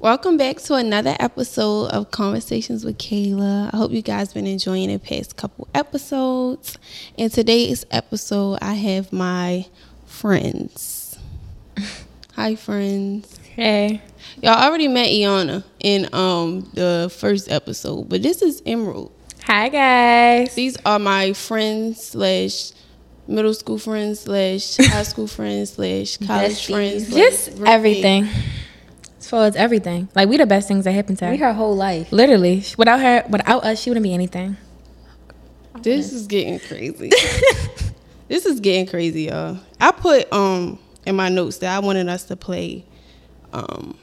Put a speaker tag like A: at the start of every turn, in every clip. A: Welcome back to another episode of Conversations with Kayla. I hope you guys been enjoying the past couple episodes. In today's episode, I have my friends. Hi, friends.
B: Hey.
A: Y'all already met Iona in um the first episode, but this is Emerald.
B: Hi, guys.
A: These are my friends slash middle school friends slash high school friends slash college friends. slash
B: Just
A: roommate.
B: everything. As far as everything. Like, we the best things that happened to her.
C: We her whole life.
B: Literally. Sh- Without her, without us, she wouldn't be anything.
A: This is getting crazy. this is getting crazy, y'all. I put um in my notes that I wanted us to play um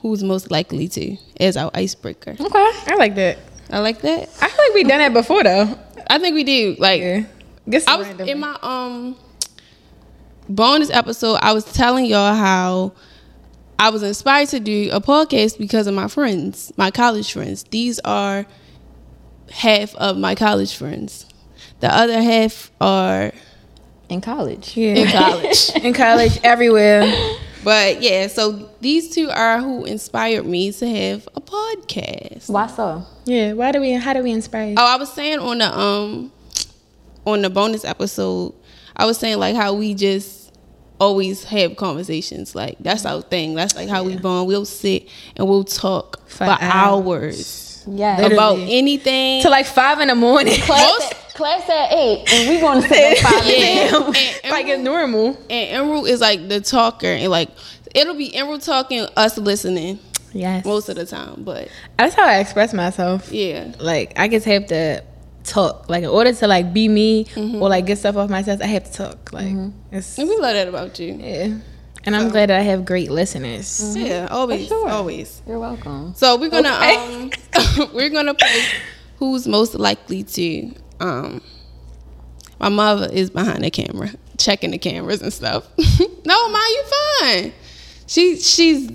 A: who's most likely to as our icebreaker.
B: Okay. I like that.
A: I like that.
B: I feel like we done that before, though.
A: I think we did like
B: Yeah. Just
A: I was
B: random.
A: in my um bonus episode. I was telling y'all how I was inspired to do a podcast because of my friends, my college friends. These are half of my college friends. The other half are
C: In college.
A: in
B: yeah.
A: college.
B: in college, everywhere.
A: but yeah, so these two are who inspired me to have a podcast.
C: Why so?
B: Yeah. Why do we, how do we inspire you?
A: Oh, I was saying on the um on the bonus episode, I was saying like how we just always have conversations. Like that's our thing. That's like how we bond. We'll sit and we'll talk for,
B: For
A: hours,
B: hours.
C: Yeah.
B: Literally.
A: about anything.
B: Till like five in the morning.
C: class,
A: most-
C: at, class at eight, and we going to sit at five.
A: yeah.
B: Damn.
A: And- and
B: like it's normal.
A: and Emerald is like the talker and like it'll be Emerald talking, us listening
B: Yes.
A: most of the time. But
B: That's how I express myself.
A: yeah.
B: like I just have to talk. Like in order to like be me
A: Mm-hmm.
B: or like get stuff off my chest, I have to talk. Like it's
A: And we love that about you.
B: yeah. And I'm glad that I have great listeners.
A: Yeah, always.
C: sure.
A: Always.
C: You're welcome.
A: So we're gonna
B: Okay.
A: um we're gonna play who's most likely to um my mother is behind the camera, checking the cameras and stuff. no, Ma, you fine. She she's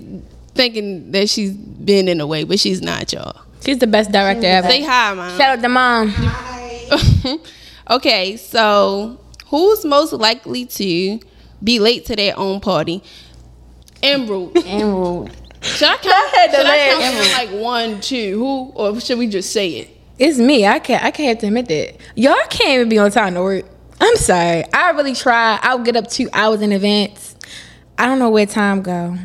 A: thinking that she's been in the way, but she's not, y'all.
B: She's the best director ever.
A: Say hi, Mom.
B: Shout out to mom.
A: okay, so who's most likely to be late to their own party? Emerald.
C: Emerald.
A: Should I count,
B: had to
A: should I
B: laugh.
A: count from like one, two, who, or should we just say it?
B: It's me. I can't. I can't have to admit that. Y'all can't even be on time to work. I'm sorry. I really try. I'll get up two hours in advance. I don't know where time go.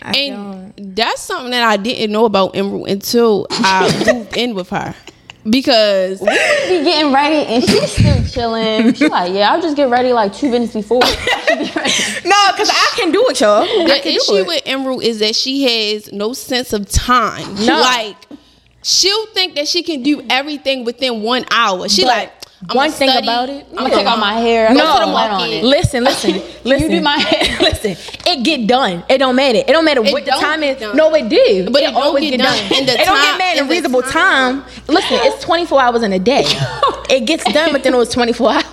B: I
A: And that's something that I didn't know about Emerald until I moved in with her. Because
C: Be getting ready, and she's still chilling. She's like, yeah, I'll just get ready like two minutes before. I should be ready.
B: don't. No, because I can do it, y'all. I
A: the
B: can do
A: issue
B: it.
A: with Emerald is that she has no sense of time.
B: No.
A: Like, she'll think that she can do everything within one hour. She
B: But
A: like, I'm
B: one thing about it-
C: I'm gonna take out my hair. I'm
B: No.
C: gonna put a light on it.
B: Listen, listen, listen.
C: do my hair.
B: listen, it get done. It don't matter. It don't matter what the
A: don't
B: time
A: get
B: is.
A: done.
B: No, it did.
A: But it don't get done in the
B: it don't
A: time-
B: get mad
A: in
B: in
A: the
B: reasonable time. Listen, it's 24 hours in a day. it gets done within those 24 hours.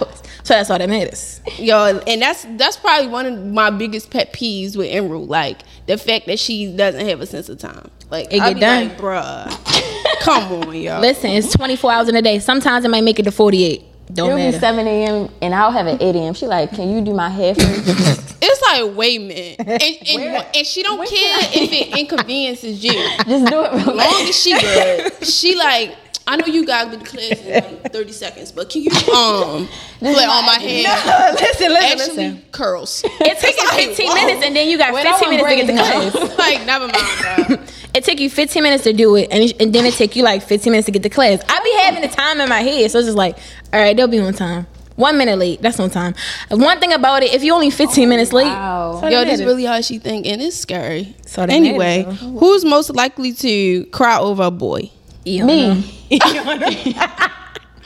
B: So that's all that matters.
A: Yo, and that's that's probably one of my biggest pet peeves with Emerald, like the fact that she doesn't have a sense of time. Like
B: It
A: I
B: get
A: be
B: done.
A: like, bruh, come on, y'all.
B: Listen, it's 24 hours in a day. Sometimes it might make it to 48. Don't
C: It'll be
B: matter.
C: 7 a.m. and I'll have an 8 a.m. She like, can you do my hair for me?
A: It's like, wait a minute. And, and, and she don't care if it inconveniences you.
C: Just do it real
A: Long as she good. She like, I know you guys been class in like 30 seconds, but can you um put on my hair?
B: listen, listen,
A: Actually,
B: listen.
A: curls.
B: It takes you 15 minutes and then you got
C: When I
B: 15
C: want
B: minutes to get to
C: braids now.
B: class.
A: like, never mind, bro.
B: It take you 15 minutes to do it, and, and then it take you like 15 minutes to get to class. I be having the time in my head, so it's just like, all right, they'll be on time. One minute late, that's on time. One thing about it, if you only 15 minutes late,
C: Oh, wow.
B: so
A: Yo,
B: that
A: that's
B: matters.
A: really how she think, and it's scary.
B: So that
A: anyway,
B: matters,
A: who's most likely to cry over a boy?
C: Me.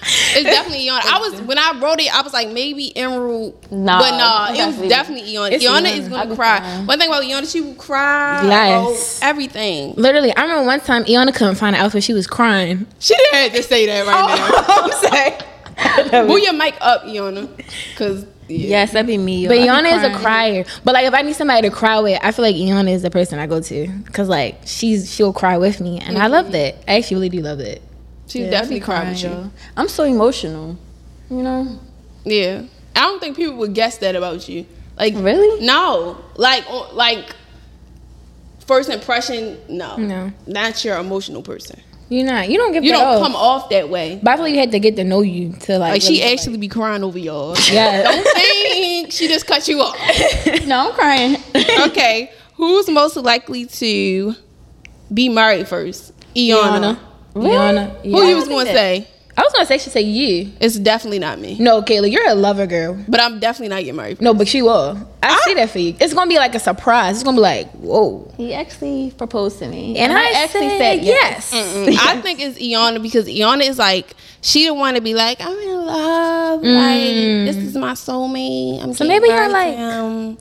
A: It's definitely Iona. I was when I wrote it, I was like maybe Emerald,
C: Nah,
A: but nah, it
C: that's
A: was
C: it.
A: definitely Iona.
B: It's
A: Iona
B: Iona.
A: is gonna
C: be
A: cry.
C: fine.
A: One thing about Iona, she will cry.
B: Yes.
A: about everything.
B: Literally, I remember one time Iona couldn't find an outfit. She was crying.
A: She Oh. didn't have to say that right
B: I'm sorry.
A: now. Move your mic up, Iona, because
D: Yes, that'd be me. yo.
B: But
D: I'd be
B: Iana is a
D: crying.
B: crier. But like, if I need somebody to cry with, I feel like Iana is the person I go to because like she's she'll cry with me, and I love that. I actually really do love that.
A: She
D: Yeah, I'd
A: definitely
D: be
A: cried with you.
D: crying, yo.
C: I'm so emotional. You know?
A: Yeah, I don't think people would guess that about you. Like
C: Really?
A: No, like o- like first impression. No,
B: No.
A: not your emotional person.
B: You're not. You don't give.
A: You
B: that
A: don't
B: off.
A: come off that way.
B: But I feel like you had to get to know you to like.
A: Like she
B: really-
A: actually be crying over y'all.
B: Yeah.
A: Don't think she just cut you off.
C: No, I'm crying.
A: Okay, who's most likely to be married first? Iana.
B: Iana. Iana.
A: Who
B: yeah.
A: you was gonna say?
B: I was gonna say she say you.
A: It's definitely not me.
B: No, Kayla, you're a lover girl.
A: But I'm definitely not getting married.
B: No, but she will. I, see that for you. It's gonna be like a surprise. It's gonna be like, whoa.
C: He actually proposed to me.
B: And, I, actually said yes.
A: Mm, I think it's Iana because Iana is like she didn't want to be like I'm in love, like this is my soulmate. I'm so
B: Mm. maybe you're like-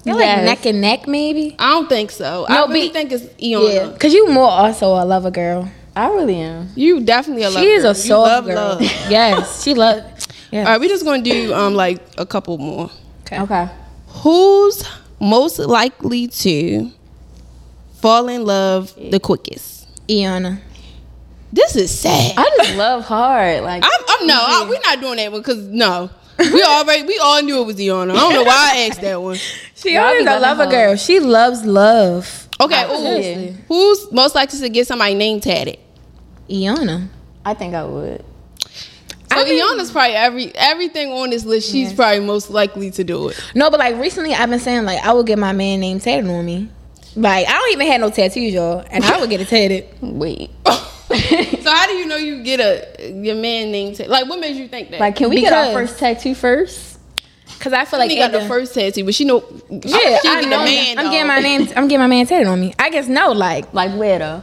B: You're
C: Yes.
B: like neck and neck, maybe.
A: I don't think so.
B: No,
A: I really
B: but-
A: think it's
B: Yeah,
A: Iana.
B: cause you more also a lover girl.
C: I really am.
A: You definitely a love.
B: she is
A: girl.
B: a
A: You
B: soul
A: love
B: girl.
A: love.
B: yes, she loves.
A: All right, we're just gonna do um like a couple more.
C: Okay.
A: Who's most likely to fall in love the quickest?
B: Iana.
A: This is sad.
C: I just love hard. Like
A: I'm, I'm no, I, we're not doing that one because no, we already we all knew it was Iana. I don't know why I asked that one.
B: She
C: Y'all be
B: is a
C: loving
B: lover
C: her.
B: girl. She loves love.
A: Okay, ooh, who's most likely to get somebody name tatted?
B: Iana.
C: I think I would.
A: So Iana's probably every everything on this list. She's probably most likely to do it.
B: No, but like recently, I've been saying like I would get my man name tatted on me. Like I don't even have no tattoos, y'all, and I would get it tatted.
C: Wait.
A: so how do you know you get a your man name tatted? Like what made you think that?
C: Like, can we get our
B: Because-
C: first tattoo first?
B: Cause I feel like
A: he got the
B: Edna-
A: first tattoo, but she know yeah, she
B: Yeah,
A: get
B: I
A: the
B: know.
A: man.
B: I'm
A: though.
B: getting my name. I'm getting my man tatted on me. I guess no, like
C: Like where though?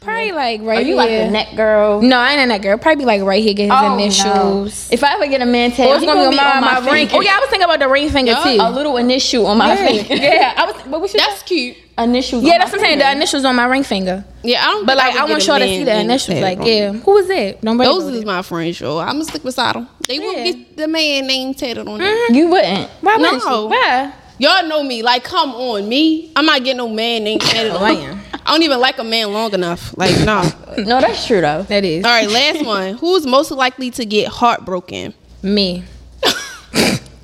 B: probably like right
C: Are you
B: here.
C: like the neck girl?
B: No, I ain't in that girl. Probably like right here. Get his
C: Mm. Oh,
B: initials.
C: no. If I ever get a man tattoo,
B: Or it's gonna, be, on my, ring.
C: finger.
B: Oh yeah, I was thinking about the ring finger
A: Yeah.
B: too.
C: a little initial on my
B: yeah.
C: finger.
B: yeah, I was. But we should.
A: That's cute.
C: Initials.
B: yeah,
C: on
B: that's
C: my
B: what I'm saying.
C: finger.
B: The initials on my ring finger.
A: Yeah, I don't.
B: But
A: think
B: like, I,
A: would
B: want
A: get a
B: y'all to
A: man
B: see the
A: name
B: initials.
A: tatted
B: Like,
A: on
B: yeah,
A: me.
B: who was it? Don't worry
A: Those
B: about
A: is
B: it.
A: my friends, yo. I'm gonna stick beside them. They won't
B: Yeah. Mm-hmm.
A: get the man name tatted on them.
C: You wouldn't.
B: Why
A: No.
B: wouldn't she? Why?
A: Y'all know me. Like, come on, me. I'm not getting no man name tatted
B: Oh,
A: on
B: I
A: me.
B: am.
A: I don't even like a man long enough. Like, no. All
C: No, that's true though.
B: That is
A: right, last one. Who's most likely to get heartbroken?
B: me.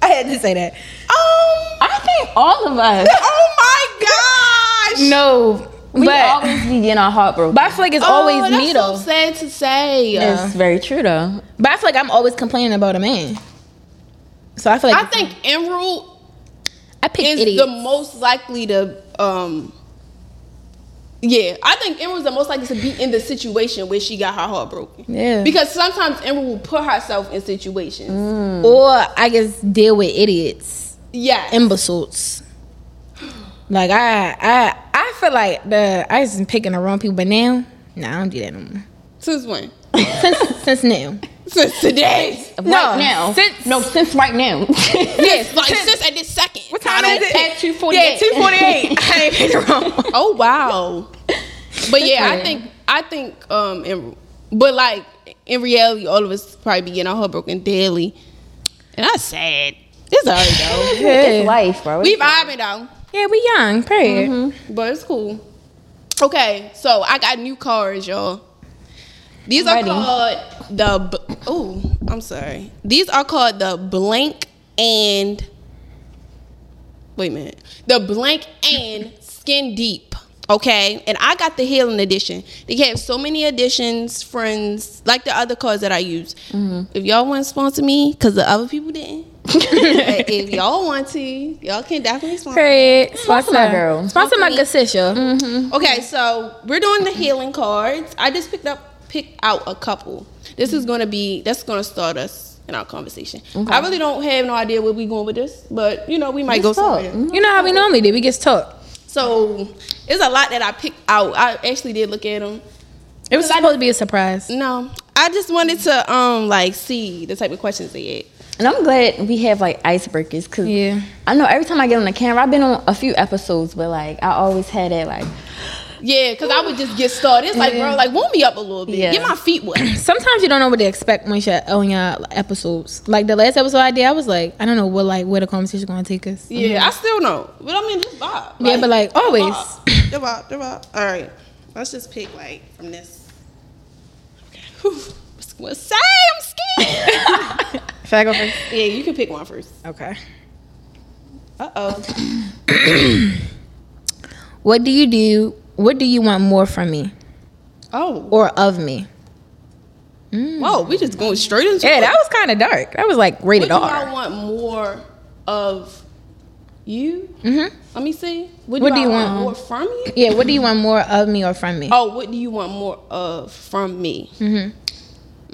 B: I had to say that.
A: Oh,
C: I think all of us.
A: oh my gosh.
B: No,
C: We
B: but
C: always be getting our heart broken.
B: but I feel like it's always
A: oh,
B: me
A: that's so
B: though.
A: sad to say.
B: Yeah.
C: That's very true though.
B: But I feel like I'm always complaining about a man. So I feel like
A: I think Emerald
B: I pick
A: is
B: idiots.
A: the most likely to um yeah, I think Emerald's the most likely to be in the situation where she got her heart broken.
B: Yeah.
A: Because sometimes Emerald will put herself in situations.
B: or I guess deal with idiots,
A: Yeah.
B: imbeciles. Like I I I feel like the I just been picking the wrong people. But now, nah, I don't do that no more.
A: Since when?
B: Since since now,
A: Since today.
C: right now.
B: Since
C: No, since right now.
A: Yes, like since at this second.
B: what time is it?
C: At 2:48.
B: Yeah, two forty eight. I ain't picked the wrong. one.
A: Oh wow. But yeah, I think I think um Emerald. But like in reality, all of us probably be getting our heart broken daily. And that's sad. It's alright though.
C: it's
B: Yeah,
C: life, bro.
A: we vibing though.
B: yeah we young. Period.
A: But it's cool. Okay, so I got new cards, y'all. These are
C: Ready.
A: called the. Oh, I'm sorry. These are called the blank and. Wait a minute. The blank and skin deep. Okay, and I got the healing edition. They have so many editions, friends, like the other cards that I use. If y'all want to sponsor me, because the other people didn't. but if y'all want to, y'all can definitely sponsor. me.
B: Period. Sponsor
C: my girl.
B: Sponsor my good sis, yo.
C: Mm-hmm.
A: Okay, so we're doing the healing cards. I just picked up picked out a couple. This is gonna be that's gonna start us in our conversation. I really don't have no idea where we going with this, but you know we might go
C: Just talk.
A: somewhere.
B: You know how we normally do. We just talk.
A: So it's a lot that I picked out. I actually did look at them.
B: It was supposed to be a surprise.
A: No, I just wanted to um like see the type of questions they had.
C: And I'm glad we have like icebreakers because
B: Yeah.
C: I know every time I get on the camera, I've been on a few episodes, but like I always had that like,
A: Yeah, because I would just get started. It's like, bro, like warm me up a little bit.
C: Yeah.
A: Get my feet wet.
B: Sometimes you don't know what to expect when you're on your episodes. Like the last episode I did, I was like, I don't know what like where the conversation going to take us. Mm-hmm.
A: Yeah, I still know. But I mean, just vibe.
B: Yeah, but like always.
A: The vibe, the vibe. All right. Let's just pick like from this. Okay. Whew. What's- What's say? I'm scared.
B: Should I go first?
A: yeah, you can pick one first.
B: Okay.
A: Uh oh.
B: What do you do? What do you want more from me
A: Oh.
B: or of me? Mm.
A: Whoa, we just going straight into
B: Yeah,
A: it.
B: that was kind of dark. That was like
A: What
B: rated
A: do
B: R.
A: I want more of you?
B: Mm-hmm.
A: Let me see. What do,
B: What
A: I
B: do you
A: want,
B: want?
A: more from you?
B: Yeah, what do you want more of me or from me?
A: Oh, what do you want more of from me?
B: Mm-hmm.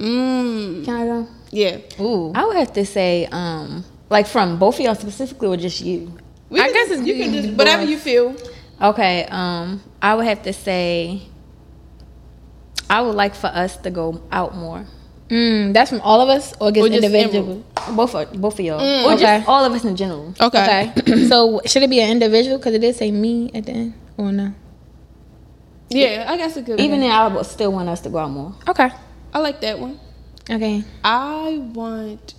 A: Mmm.
C: Can I go?
A: Yeah.
B: Ooh.
C: I would have to say, um, like from both of y'all specifically or just you.
A: We
B: I
A: can
B: guess
A: just-
B: it's
A: you can just
B: being
A: whatever
B: boss.
A: you feel.
C: Okay, um, I would have to say I would like for us to go out more.
B: Mm, that's from all of us or just,
A: Or just
B: individual?
C: Both of both of y'all.
A: Mm,
C: or
B: okay.
C: just all of us in general.
B: Okay. so should it be an individual? Because it did say me at the end or no?
A: Yeah, I guess it could.
C: Even
A: Even
C: then I would still want us to go out more.
B: Okay.
A: I like that one.
B: Okay.
A: I want.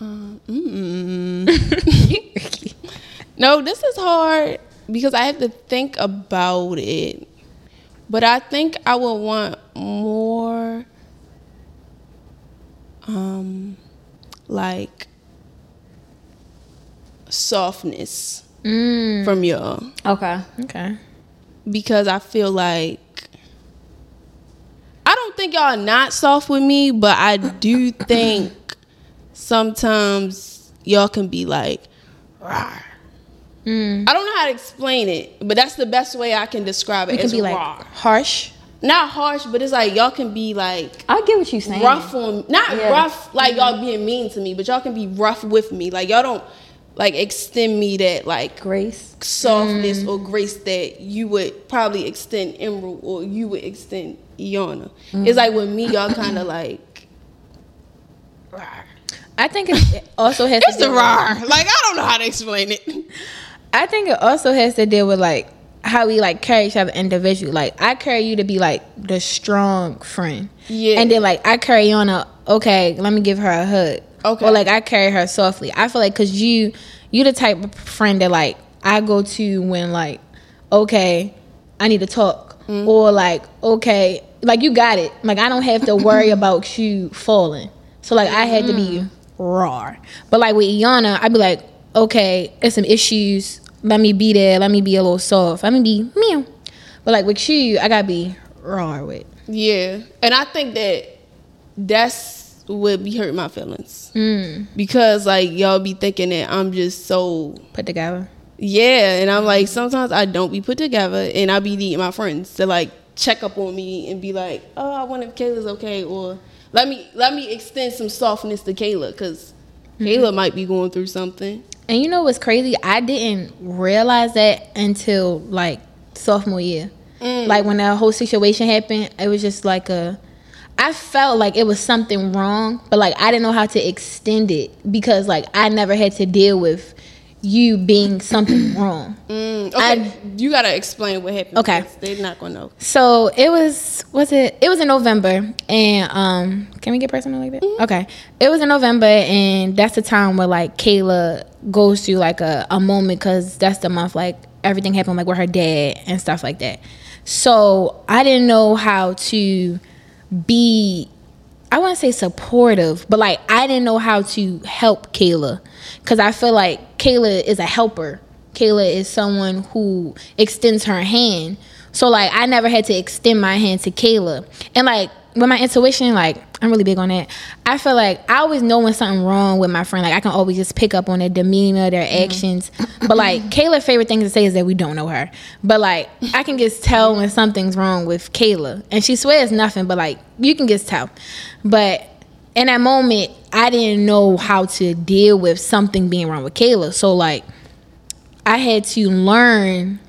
A: Um, mm. no, this is hard because I have to think about it. But I think I would want more, um, like softness
B: Mm,
A: from y'all
C: Okay.
B: okay.
A: because I feel like I don't think y'all are not soft with me, but I do think sometimes y'all can be like, rah.
B: Mm.
A: I don't know how to explain it, but that's the best way I can describe it.
B: It could
A: It's
B: be like
A: raw.
B: harsh.
A: not harsh, but it's like y'all can be like
C: I get what you're saying.
A: rough on not
C: Yeah.
A: rough like y'all being mean to me, but y'all can be rough with me. Like y'all don't like extend me that like
C: Grace.
A: softness or grace that you would probably extend Emerald or you would extend Iona. It's like with me, y'all kind of like.
B: I think it it also has to do with-
A: Like I don't know how to explain it.
B: I think it also has to deal with like how we like carry each other individually. Like I carry you to be like the strong friend.
A: Yeah.
B: And then like I carry on a okay, let me give her a hug.
A: Okay.
B: Or like I carry her softly. I feel like cause you you the type of friend that like I go to when like, okay, I need to talk. Or like, okay, like you got it. Like I don't have to worry about you falling. So like I had to be raw. But like with Iana, I'd be like, okay, it's some issues. Let me be there. Let me be a little soft. Let me be meow. But like with you, I gotta be raw with.
A: Yeah, and I think that that's what be hurting my feelings because like y'all be thinking that I'm just so
B: Put together.
A: yeah, and I'm like sometimes I don't be put together, and I be needing my friends to like check up on me and be like, oh, I wonder if Kayla's okay, or let me let me extend some softness to Kayla because Kayla might be going through something.
B: And you know what's crazy? I didn't realize that until like sophomore year. Like when that whole situation happened, it was just like a. I felt like it was something wrong, but like I didn't know how to extend it because like I never had to deal with you being something wrong.
A: Mm, okay,
B: I-
A: you gotta explain what happened.
B: Okay.
A: because they're not gonna know.
B: So it was was it it was in November and um can we get personal like that? Okay. It was in November and that's the time where like Kayla goes through like a, a moment cuz that's the month like everything happened like with her dad and stuff like that. So I didn't know how to be I wouldn't say supportive, but like I didn't know how to help Kayla because I feel like Kayla is a helper. Kayla is someone who extends her hand. So like I never had to extend my hand to Kayla. And like with my intuition, like I'm really big on that. I feel like I always know when something wrong with my friend. Like I can always just pick up on their demeanor, their actions. But like Kayla's favorite thing to say is that we don't know her. But like I can just tell when something's wrong with Kayla. And she swears nothing, but like you can just tell. But in that moment, I didn't know how to deal with something being wrong with Kayla. So like I had to learn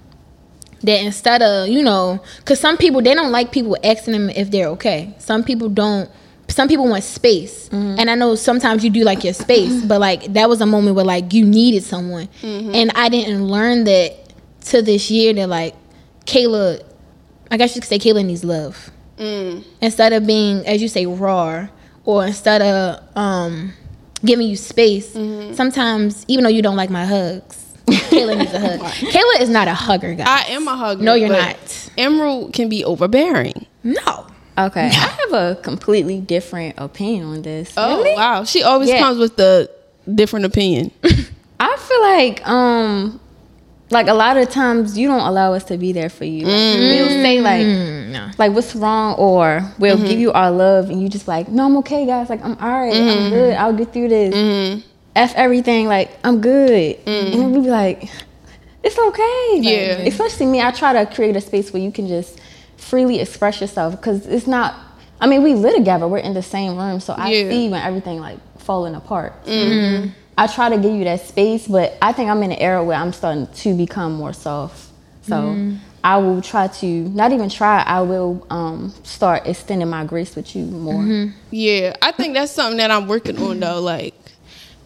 B: that instead of you know because some people they don't like people asking them if they're okay some people don't some people want space and i know sometimes you do like your space but like that was a moment where like you needed someone and i didn't learn that to this year that like Kayla, I guess you could say Kayla needs love. Instead of being, as you say, raw, or instead of um, giving you space, sometimes, even though you don't like my hugs, Kayla needs a hug. Kayla is not a hugger, guys.
A: I am a hugger.
B: No, you're
A: but
B: not.
A: Emerald can be overbearing.
B: no.
C: Okay, I have a completely different opinion on this.
A: Oh wow, she always
C: Yeah.
A: comes with the different opinion.
C: I feel like um like a lot of times you don't allow us to be there for you. Like, We'll
B: Mm,
C: say like like what's wrong or we'll give you our love and you just like, No, I'm okay guys, like I'm alright, I'm good, I'll get through this. F everything, like I'm good. And then we be like, It's okay. Like,
A: Yeah.
C: Especially me, I try to create a space where you can just freely express yourself because it's not I mean, we live together, we're in the same room, so I
A: Yeah. Mm-hmm.
C: see when everything like falling apart. I try to give you that space, but I think I'm in an era where I'm starting to become more soft. So
A: Mm-hmm.
C: I will try to not even try. I will um, start extending my grace with you more.
A: Mm-hmm. Yeah, I think that's something that I'm working on though. Like,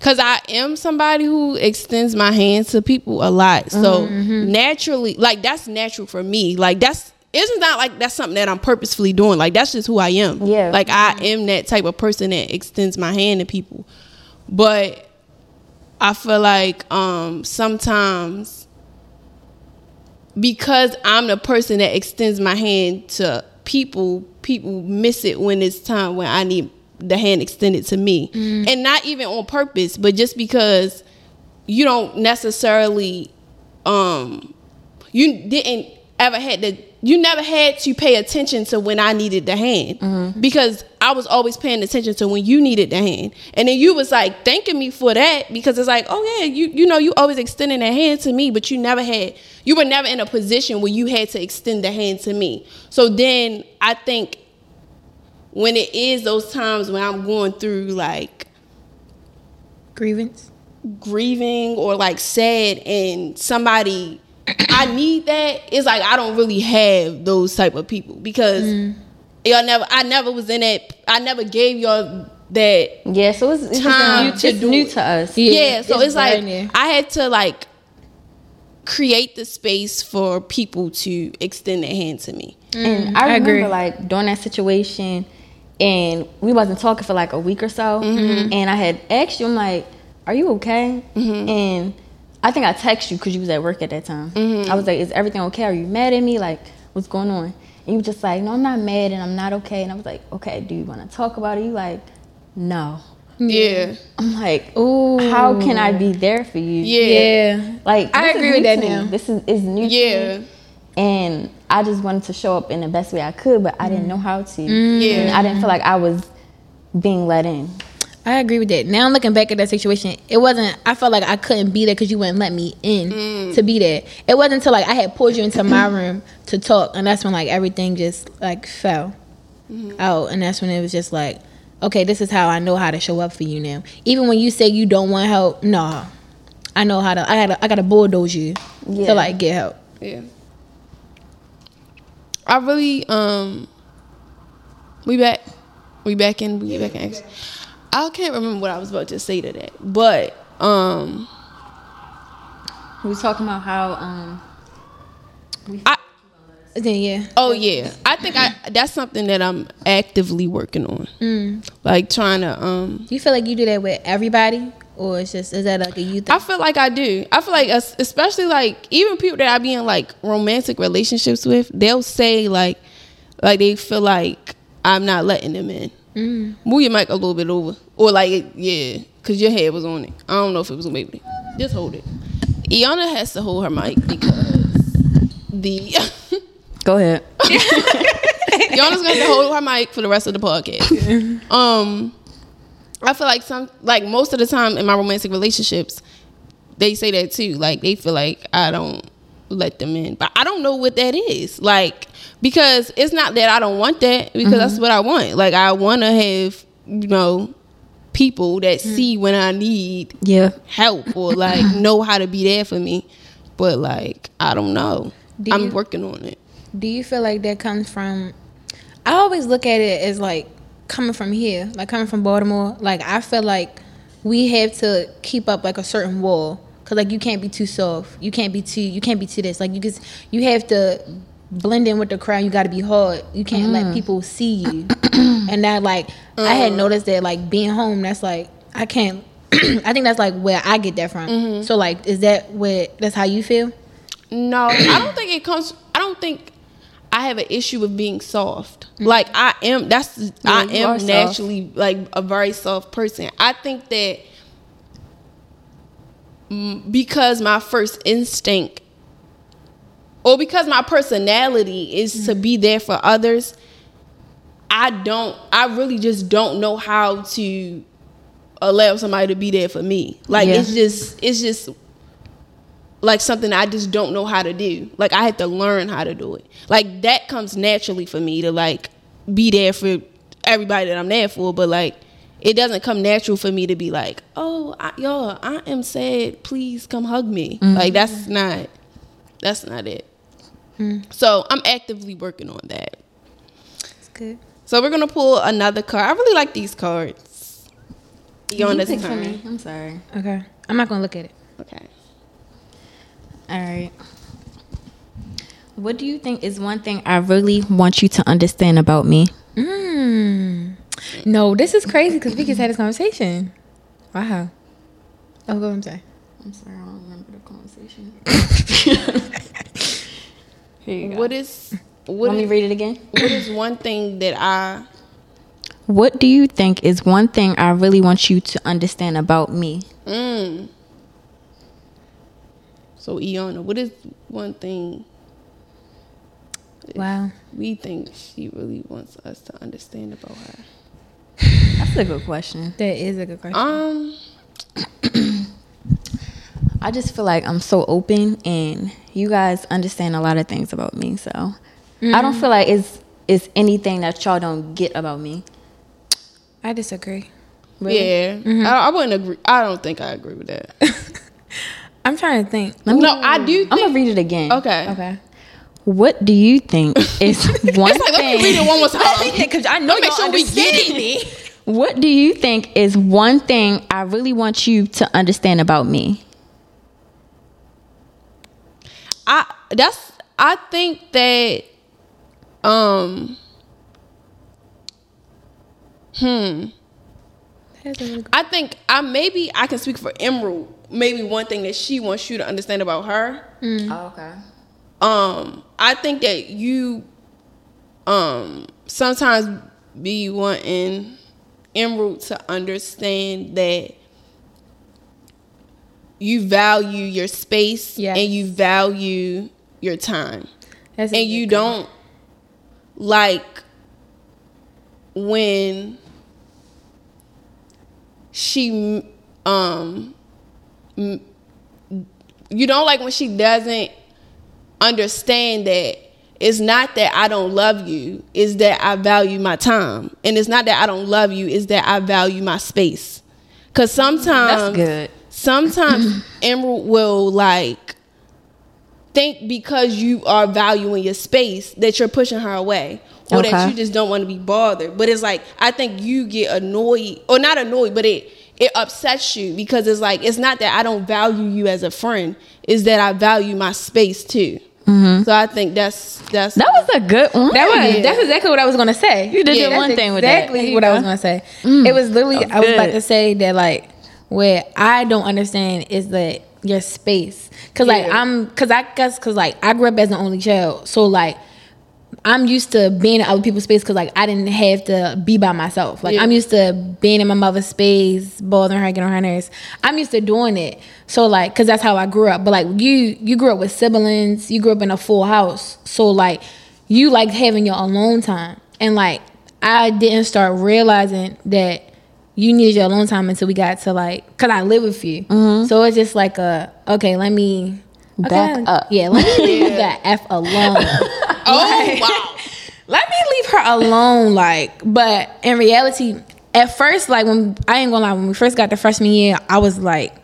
A: cause I am somebody who extends my hands to people a lot. So naturally, like that's natural for me. Like that's it's not like that's something that I'm purposefully doing. Like that's just who I am.
C: Yeah.
A: Like I am that type of person that extends my hand to people. But I feel like um sometimes because I'm the person that extends my hand to people, people miss it when it's time when I need the hand extended to me. And not even on purpose, but just because you don't necessarily um you didn't ever had to you never had to pay attention to when I needed the hand because I was always paying attention to when you needed the hand, and then you was like thanking me for that because it's like, oh yeah, you you know you always extending that hand to me, but you never had you were never in a position where you had to extend the hand to me. So then I think when it is those times when I'm going through like
B: Grievance.
A: grieving or like sad and somebody I need that, it's like I don't really have those type of people because y'all never I never was in that I never gave y'all that
C: Yeah, so it's, it's,
A: Time
C: new,
A: to
C: it's
A: do
C: new
A: it.
C: to us.
A: yeah, so it's, like
B: brand new.
A: I had to like create the space for people to extend their hand to me.
C: And I
B: I
C: remember
B: agree.
C: like during that situation, and we wasn't talking for like a week or so, and I had asked you, I'm like, "Are you okay?" And I think I texted you because you was at work at that time. I was like, "Is everything okay? Are you mad at me? Like, what's going on?" And you were just like, "No, I'm not mad, and I'm not okay." And I was like, "Okay, do you want to talk about it?" You like, "No."
A: Mm. Yeah.
C: I'm like,
B: Ooh.
C: "How can I be there for you?"
A: Yeah.
B: Yeah.
C: Like,
B: I
C: this is
B: agree
C: new
B: with that
C: to me.
B: now.
C: This is is new. to me.
A: Yeah.
C: and I just wanted to show up in the best way I could, but I didn't know how to. And I didn't feel like I was being let in.
B: I agree with that. Now looking back at that situation, it wasn't. I felt like I couldn't be there because you wouldn't let me in
C: Mm.
B: to be there. It wasn't until like I had pulled you into my room to talk, and that's when like everything just like fell
C: Mm-hmm.
B: out, and that's when it was just like, okay, this is how I know how to show up for you now. Even when you say you don't want help, nah, I know how to. I had. I got to bulldoze you
C: Yeah.
B: to like get help.
A: Yeah. I really um we back we back in we back in action. I can't remember what I was about to say to that. But um
C: We were talking about how um,
A: I
B: Then yeah,
A: oh yeah. I think I that's something that I'm actively working on. Like trying to um
B: do you feel like you do that with everybody, or it's just is that like a you thing?
A: I feel like I do. I feel like, es- especially like even people that I be in like romantic relationships with, they'll say like, like they feel like I'm not letting them in. Move your mic a little bit over, or like yeah, cause your head was on it. I don't know if it was a baby. Just hold it. Iana has to hold her mic because the
C: go ahead.
A: Y'all gonna have to hold her mic for the rest of the podcast. um, I feel like some, like most of the time in my romantic relationships, they say that too. Like they feel like I don't let them in, but I don't know what that is. Like because it's not that I don't want that because
B: Mm-hmm.
A: that's what I want. Like I want to have you know people that
B: Mm.
A: see when I need
C: Yeah.
A: help or like know how to be there for me, but like I don't know.
B: Do
A: I'm
B: you-
A: working on it.
B: Do you feel like that comes from? I always look at it as like coming from here, like coming from Baltimore. Like I feel like we have to keep up like a certain wall Cause like you can't be too soft. You can't be too. You can't be too this. Like you just you have to blend in with the crowd. You got to be hard. You can't let people see you. and that like I had noticed that like being home. That's like I can't. I think that's like where I get that from. So like, is that what? That's how you feel?
A: No, I don't think it comes. I don't think I have an issue with being soft. Like I am. That's I
C: Mm. you are
A: am
C: soft.
A: naturally like a very soft person. I think that mm, because my first instinct, or because my personality is
C: Mm.
A: to be there for others. I don't. I really just don't know how to allow somebody to be there for me. Like
C: Yeah.
A: it's just. It's just like something I just don't know how to do. Like I had to learn how to do it. Like that comes naturally for me to like be there for everybody that I'm there for, but like it doesn't come natural for me to be like, "Oh, I, y'all, I am sad. Please come hug me." Like that's not that's not it. So, I'm actively working on that.
B: That's good.
A: So, we're going to pull another card. I really like these cards. Yona's
C: pick for
A: turn.
C: me. I'm sorry.
B: Okay. I'm not gonna look at it.
A: Okay.
C: All right. What do you think is one thing I really want you to understand about me?
B: Mm. No, this is crazy because we just had this conversation. Wow. Oh, go. I'm sorry.
C: I'm sorry, I don't remember the conversation.
A: What is what
C: Want me to
A: is,
C: read it again?
A: what is one thing that I
C: What do you think is one thing I really want you to understand about me?
A: Mm. So, Iona, what is one thing
B: Wow.
A: we think she really wants us to understand about her?
C: That's a good question.
B: That is a good question.
A: Um,
C: I just feel like I'm so open and you guys understand a lot of things about me, so I don't feel like it's it's anything that y'all don't get about me.
B: I disagree.
A: yeah,
C: Mm-hmm.
A: I, I wouldn't agree. I don't think I agree with that.
B: I'm trying to think.
C: Let me
A: No, I do
C: I'm
A: think.
C: gonna read it again.
A: Okay,
B: Okay.
C: What do you think is one
A: It's like let me read
C: thing?
A: it one more time.
B: Because I know
A: Make sure we get it.
C: What do you think is one thing I really want you to understand about me?
A: I that's I think that um hmm, I think I maybe I can speak for Emerald. Maybe one thing that she wants you to understand about her.
C: Oh, okay.
A: um i think that you um sometimes be wanting emerald to understand that you value your space
B: Yes.
A: and you value your time
B: That's a
A: and you
B: good-
A: don't like when she um m- you don't like when she doesn't understand that it's not that I don't love you, it's that I value my time. And it's not that I don't love you, it's that I value my space. Cause sometimes
C: That's good.
A: sometimes Emerald will like think because you are valuing your space that you're pushing her away or that
C: Okay.
A: you just don't want to be bothered. But it's like I think you get annoyed or not annoyed, but it it upsets you because it's like it's not that I don't value you as a friend, it's that I value my space too. So I think that's that's
C: Mm-hmm. That was a good one.
B: That was that's exactly what I was gonna say. You
C: did the
B: that's
C: one thing with that.
B: exactly
C: There you
B: what I was
C: go.
B: gonna say. it was literally I was about
C: good.
B: to say that like what I don't understand is that your space because like
A: Yeah.
B: I'm because I guess because like I grew up as an only child, so like. I'm used to being in other people's space because like I didn't have to be by myself. Like
A: Yeah.
B: I'm used to being in my mother's space, bothering her, getting on her nerves. I'm used to doing it. So like, cause that's how I grew up. But like you, you grew up with siblings. You grew up in a full house. So like, you like having your alone time. And like, I didn't start realizing that you needed your alone time until we got to like, cause I live with you. So it's just like a okay, let me. okay,
C: Mm-hmm. Back up.
B: Yeah, let me leave the F alone.
A: oh wow.
B: let me leave her alone. Like, but in reality, at first, like when I ain't gonna lie, when we first got to freshman year, I was like,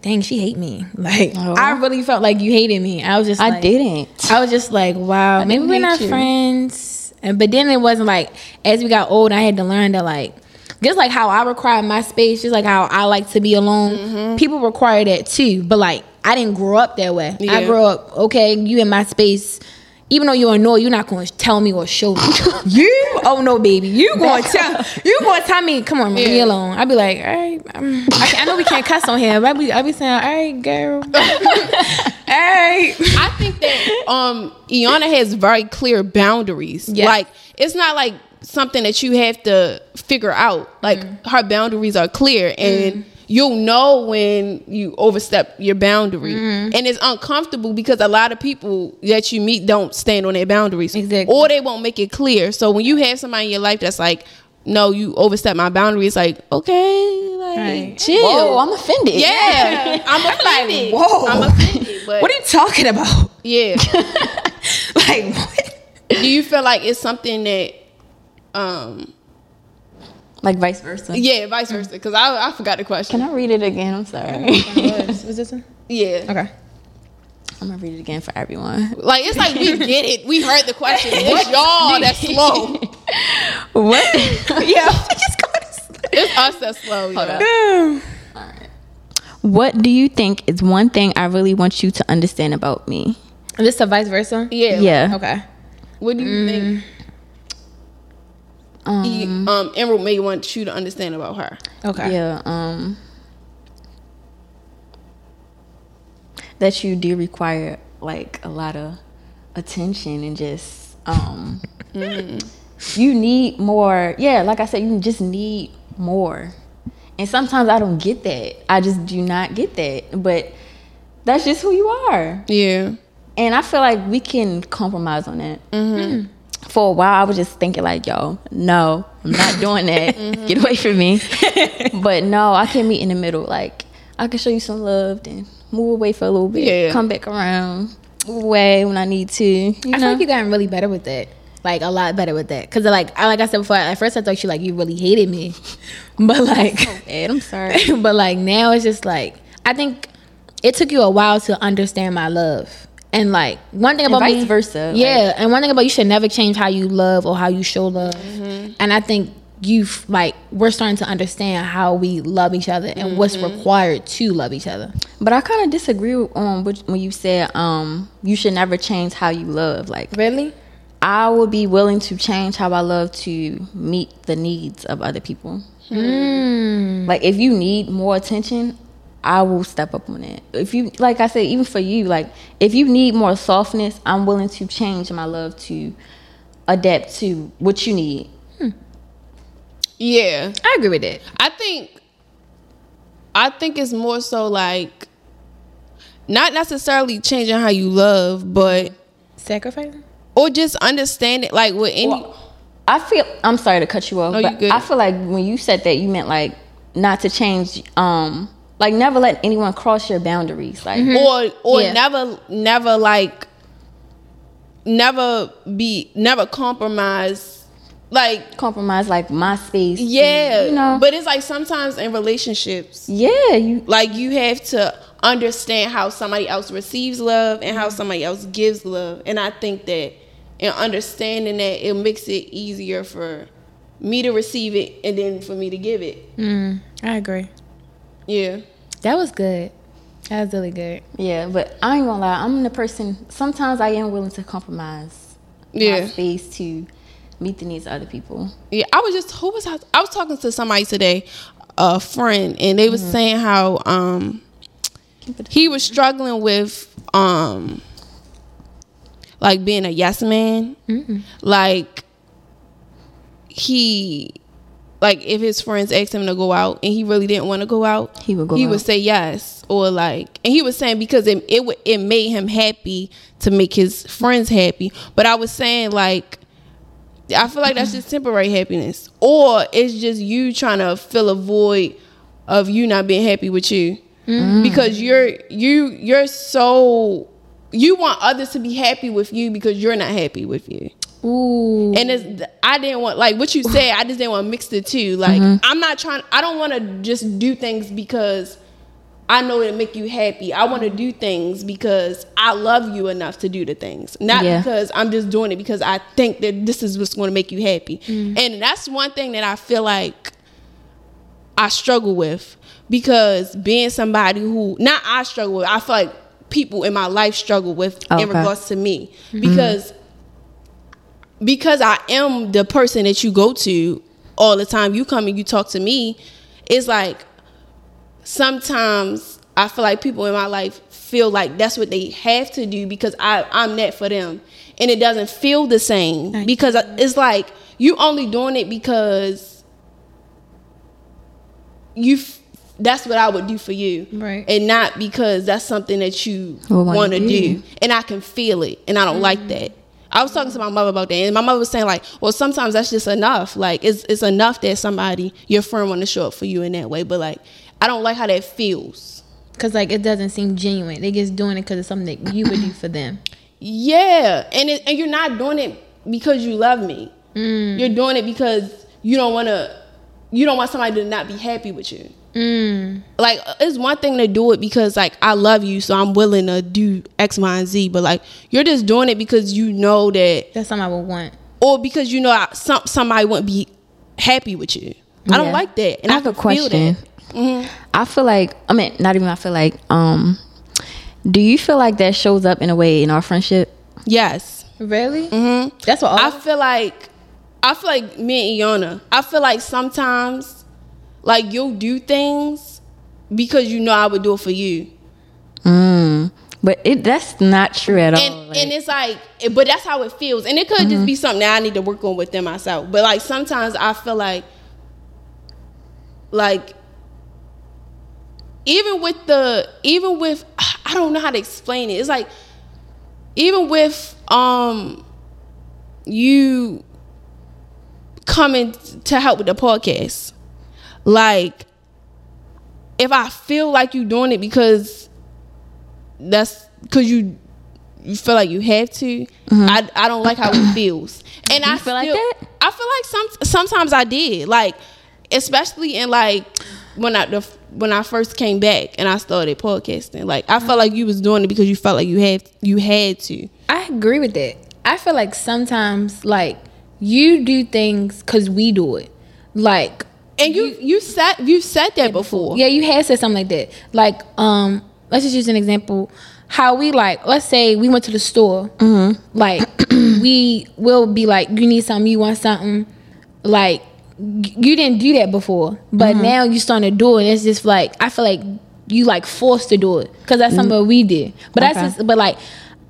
B: dang, she hate me. Like,
C: Oh.
B: I really felt like you hated me. I was just,
C: I
B: like-
C: didn't.
B: I was just like, wow, maybe
C: didn't
B: we're
C: hate
B: not
C: you.
B: friends. And but then it wasn't like as we got old, I had to learn to like just
A: Mm-hmm.
B: like how I require my space, just like how I like to be alone. People require that too, but like I didn't grow up that way.
A: Yeah.
B: I grew up okay. You in my space. Even though you're annoyed, you're not going to tell me or show me. you, oh no, baby, you going to tell you going to tell me. Come on, leave me
A: Yeah.
B: alone. I'd be like, all right, um, I, can- I know we can't cuss on here, but I be, I be saying, all right, girl, all right.
A: I think that um Iana has very clear boundaries.
B: Yeah.
A: Like it's not like something that you have to figure out. Like
B: Mm.
A: her boundaries are clear and you'll know when you overstep your boundary.
B: Mm-hmm.
A: And it's uncomfortable because a lot of people that you meet don't stand on their boundaries.
B: Exactly.
A: Or they won't make it clear. So when you have somebody in your life that's like, no, you overstep my boundary, it's like, okay, like
B: Right.
A: chill.
C: Whoa, I'm offended.
A: yeah, I'm offended.
B: whoa.
A: I'm offended. But
B: What are you talking about?
A: yeah,
B: like what?
A: do you feel like it's something that um
C: Like vice versa.
A: yeah vice versa because I, I forgot the question
C: Mm. Can I read it again? I'm sorry.
B: was this one?
A: yeah
B: Okay.
C: I'm gonna read it again for everyone.
A: like it's like we get it we heard the question it's y'all that's slow
C: What?
B: Yeah. just
A: it's us that's slow y'all.
C: up. what do you think is one thing I really want you to understand about me?
B: This a vice versa.
A: yeah like,
C: Yeah.
B: Okay.
A: what do you think
C: Mm. Um,
A: you, um Emerald may want you to understand about her
B: Okay.
C: yeah. Um. That you do require like a lot of attention and just um. You need more. Yeah, like I said, you just need more. And sometimes I don't get that. I just do not get that. But that's just who you are.
A: yeah
C: And I feel like we can compromise on that.
B: Hmm.
C: For a while, I was just thinking like, "Yo, no, I'm not doing that. Get away from me." but no, I can meet in the middle. Like, I can show you some love, then move away for a little bit,
A: Yeah.
C: come back around, move away when I need to. You
B: I feel
C: know?
B: like you gotten really better with that. Like a lot better with that. Cause like I like I said before, at first I thought you like you really hated me. But like
C: Ed, I'm sorry.
B: but like now it's just like I think it took you a while to understand my love. And like one thing about
C: vice
B: me-
C: versa,
B: Yeah. and one thing about you should never change how you love or how you show love. And I think you've like we're starting to understand how we love each other and what's required to love each other.
C: But I kind of disagree with, um, with, when you said um, you should never change how you love. Like,
B: Really?
C: I would be willing to change how I love to meet the needs of other people.
A: Hmm.
C: Like if you need more attention, I will step up on it. If you like I said, even for you, like if you need more softness, I'm willing to change my love to adapt to what you need.
A: yeah
B: I agree with that.
A: I think I think it's more so like not necessarily changing how you love but
B: Sacrifice?
A: or just understanding like with any
C: Well, I feel I'm sorry to cut you off,
A: No, you
C: but
A: good.
C: I feel like when you said that you meant like not to change um like never let anyone cross your boundaries. Like
A: or
C: Mm-hmm.
A: or
B: Yeah.
A: never never like never be never compromise like
C: compromise like my space.
A: yeah
C: You know.
A: but it's like sometimes in relationships
C: Yeah, you
A: like you have to understand how somebody else receives love and how
C: Mm-hmm.
A: somebody else gives love and i think that in understanding that it makes it easier for me to receive it and then for me to give it
B: Mm, I agree.
A: yeah
B: That was good. That was really good.
C: Yeah, but I ain't gonna lie. I'm the person. Sometimes I am willing to compromise my
A: yeah
C: space to meet the needs of other people.
A: Yeah, I was just who was I, I was talking to somebody today, a friend, and they was saying how um he was struggling with um like being a yes man, like he like if his friends asked him to go out and he really didn't want to go out,
C: He would go
A: He
C: out.
A: would say yes or like, and he was saying because it it would- it made him happy to make his friends happy. But I was saying like. I feel like that's just temporary happiness, or it's just you trying to fill a void of you not being happy with you
C: Mm.
A: because you're you you're so you want others to be happy with you because you're not happy with you.
B: Ooh.
A: And it's I didn't want like what you said. I just didn't want to mix the two. Like I'm not trying. I don't want to just do things because I know it'll make you happy. I want to do things because I love you enough to do the things, not
C: Yeah.
A: because I'm just doing it because I think that this is what's going to make you happy. And that's one thing that I feel like I struggle with because being somebody who not I struggle with, I feel like people in my life struggle with
C: Oh,
A: in
C: okay.
A: regards to me because because I am the person that you go to all the time. You come and you talk to me. It's like sometimes I feel like people in my life feel like that's what they have to do because I, I'm that for them. And it doesn't feel the same because it's like you only doing it because you f- that's what I would do for you.
B: Right.
A: And not because that's something that you
C: Would wanna
A: want to
C: do.
A: do. And I can feel it and I don't like that. I was talking to my mother about that, and my mother was saying like, "Well, sometimes that's just enough. Like, it's it's enough that somebody your friend want to show up for you in that way. But like, I don't like how that feels.
B: Cause like it doesn't seem genuine. They just doing it because it's something that you would do for them.
A: Yeah, and it, and you're not doing it because you love me. You're doing it because you don't want to. You don't want somebody to not be happy with you. Like, it's one thing to do it because like I love you, so I'm willing to do X, Y, and Z. But like, you're just doing it because you know that
B: That's something I would want.
A: or because you know I, some somebody wouldn't be happy with you. I don't
C: Yeah.
A: like that, and
C: I
A: I,
C: have a
A: can feel
C: question.
A: that.
C: I feel like I mean not even I feel like um do you feel like that shows up in a way in our friendship?
A: Yes,
B: Really? Mm-hmm. That's what all.
A: I feel like I feel like me and Iona. I feel like sometimes, like you'll do things because you know I would do it for you,
C: But it that's not true at all.
A: and
C: like- Mm-hmm.
A: and it's like, but that's how it feels, and it could just be something that I need to work on within myself. But like sometimes I feel like, like even with the even with I don't know how to explain it. It's like even with um you coming to help with the podcast, like if I feel like you doing it because that's because you you feel like you have to, I I don't like how it feels, and I
C: feel like
A: still-
C: that?
A: I feel like some sometimes I did like especially in like when I the, when I first came back and I started podcasting like I felt like you was doing it because you felt like you had you had to
B: I agree with that. I feel like sometimes like you do things because we do it. Like
A: and you you said you said that before
B: Yeah, you had said something like that. Like, um, let's just use an example. How we like, let's say we went to the store. Like, we will be like, you need something, you want something. Like, y- you didn't do that before, but now you starting to do it. And it's just like I feel like you like forced to do it because that's something we did. But
C: Okay.
B: that's just, but like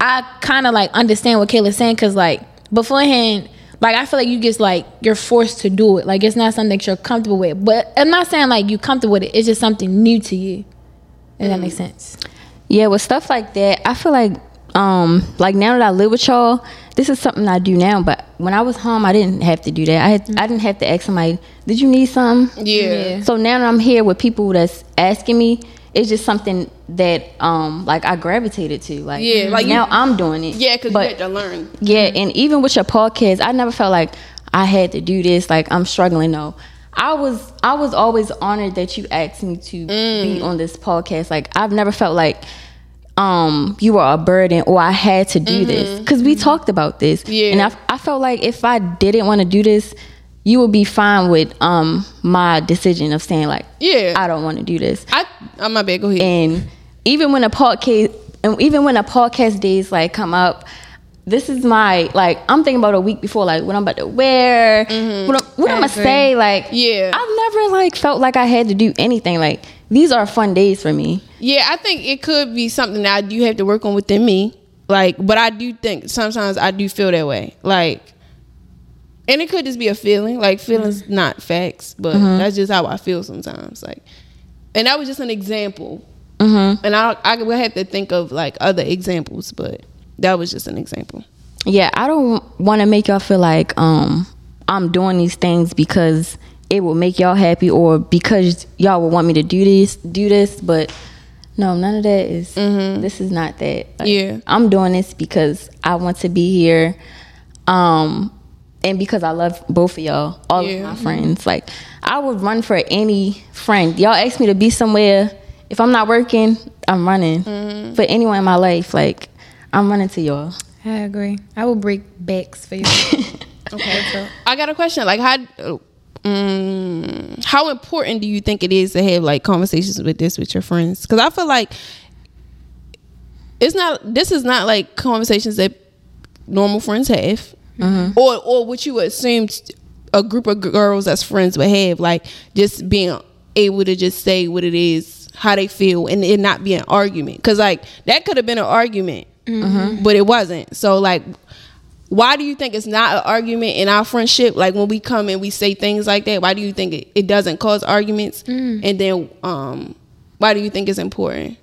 B: I kind of like understand what Kayla's saying because like beforehand. Like I feel like you just like you're forced to do it. Like it's not something that you're comfortable with. But I'm not saying like you comfortable with it. It's just something new to you. If that makes sense.
C: Yeah, with stuff like that, I feel like um like now that I live with y'all, this is something I do now. But when I was home, I didn't have to do that. I had I didn't have to ask somebody, "Did you need something?"
A: yeah
C: So now that I'm here with people that's asking me, it's just something that um like I gravitated to. Like
A: Yeah, like you-
C: now I'm doing it.
A: yeah because you
C: But-
A: had to learn
C: yeah, and even with your podcast, I never felt like I had to do this. Like I'm struggling. No, I was I was always honored that you asked me to
A: Mm.
C: be on this podcast. Like I've never felt like um you were a burden or I had to do this because we talked about this.
A: Mm-hmm. Yeah.
C: and I I felt like if I didn't want to do this, you would be fine with um my decision of saying like
A: Yeah.
C: I don't want to do this
A: I I'm my bad go ahead
C: and even when a podcast and even when a podcast days like come up this is my like i'm thinking about a week before like what i'm about to wear what, I'm, what i'm gonna say like
A: Yeah.
C: i've never like felt like i had to do anything like these are fun days for me
A: Yeah, I think it could be something that I do have to work on within me. Like, but I do think sometimes I do feel that way. Like, and it could just be a feeling. Like, feelings
C: Mm-hmm.
A: not facts, but that's just how I feel sometimes. Like, and that was just an example. Mm-hmm. And I I would have to think of like other examples, but that was just an example.
C: yeah i don't want to make y'all feel like um i'm doing these things because it will make y'all happy or because y'all would want me to do this do this but no none of that is- this is not that Like,
A: Mm-hmm. Yeah.
C: i'm doing this because i want to be here um and because i love both of y'all all
A: Yeah.
C: of my friends like i would run for any friend y'all ask me to be somewhere if i'm not working i'm running
A: Mm-hmm.
C: for anyone in my life like i'm running to y'all
B: I agree. I will break backs for you.
A: I got a question. Like, how? Oh, mm, how important do you think it is to have like conversations with this with your friends? Because I feel like it's not. This is not like conversations that normal friends have, or or what you would assume a group of girls as friends would have. Like just being able to just say what it is, how they feel, and it not be an argument. Because like that could have been an argument, but it wasn't. So like why do you think it's not an argument in our friendship? Like when we come and we say things like that, why do you think it, it doesn't cause arguments? And then, um, why do you think it's important?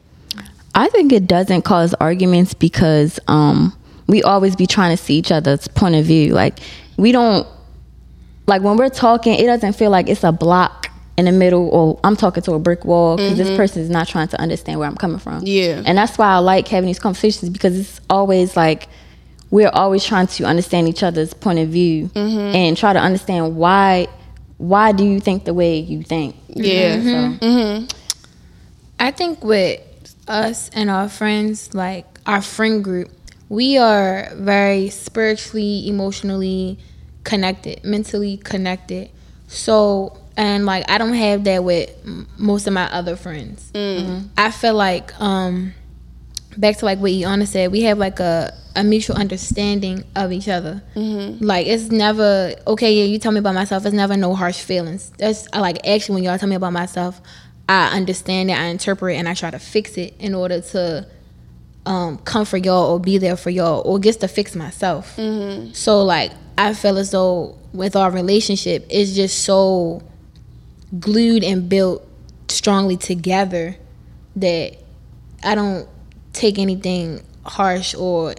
C: I think it doesn't cause arguments because um, we always be trying to see each other's point of view. Like we don't like when we're talking, it doesn't feel like it's a block in the middle or I'm talking to a brick wall because this person is not trying to understand where I'm coming from.
A: Yeah.
C: and that's why I like having these conversations because it's always like we're always trying to understand each other's point of view and try to understand why why do you think the way you think.
A: Yeah.
C: So.
B: I think with us and our friends, like our friend group, we are very spiritually, emotionally connected, mentally connected. So, and like I don't have that with m- most of my other friends. I feel like um back to like what Iana said, we have like a, a mutual understanding of each other. Like it's never okay. Yeah, you tell me about myself. It's never no harsh feelings. That's I like actually when y'all tell me about myself, I understand it, I interpret, it, and I try to fix it in order to um, comfort y'all or be there for y'all or just to fix myself. So like I feel as though with our relationship, it's just so glued and built strongly together that I don't take anything harsh or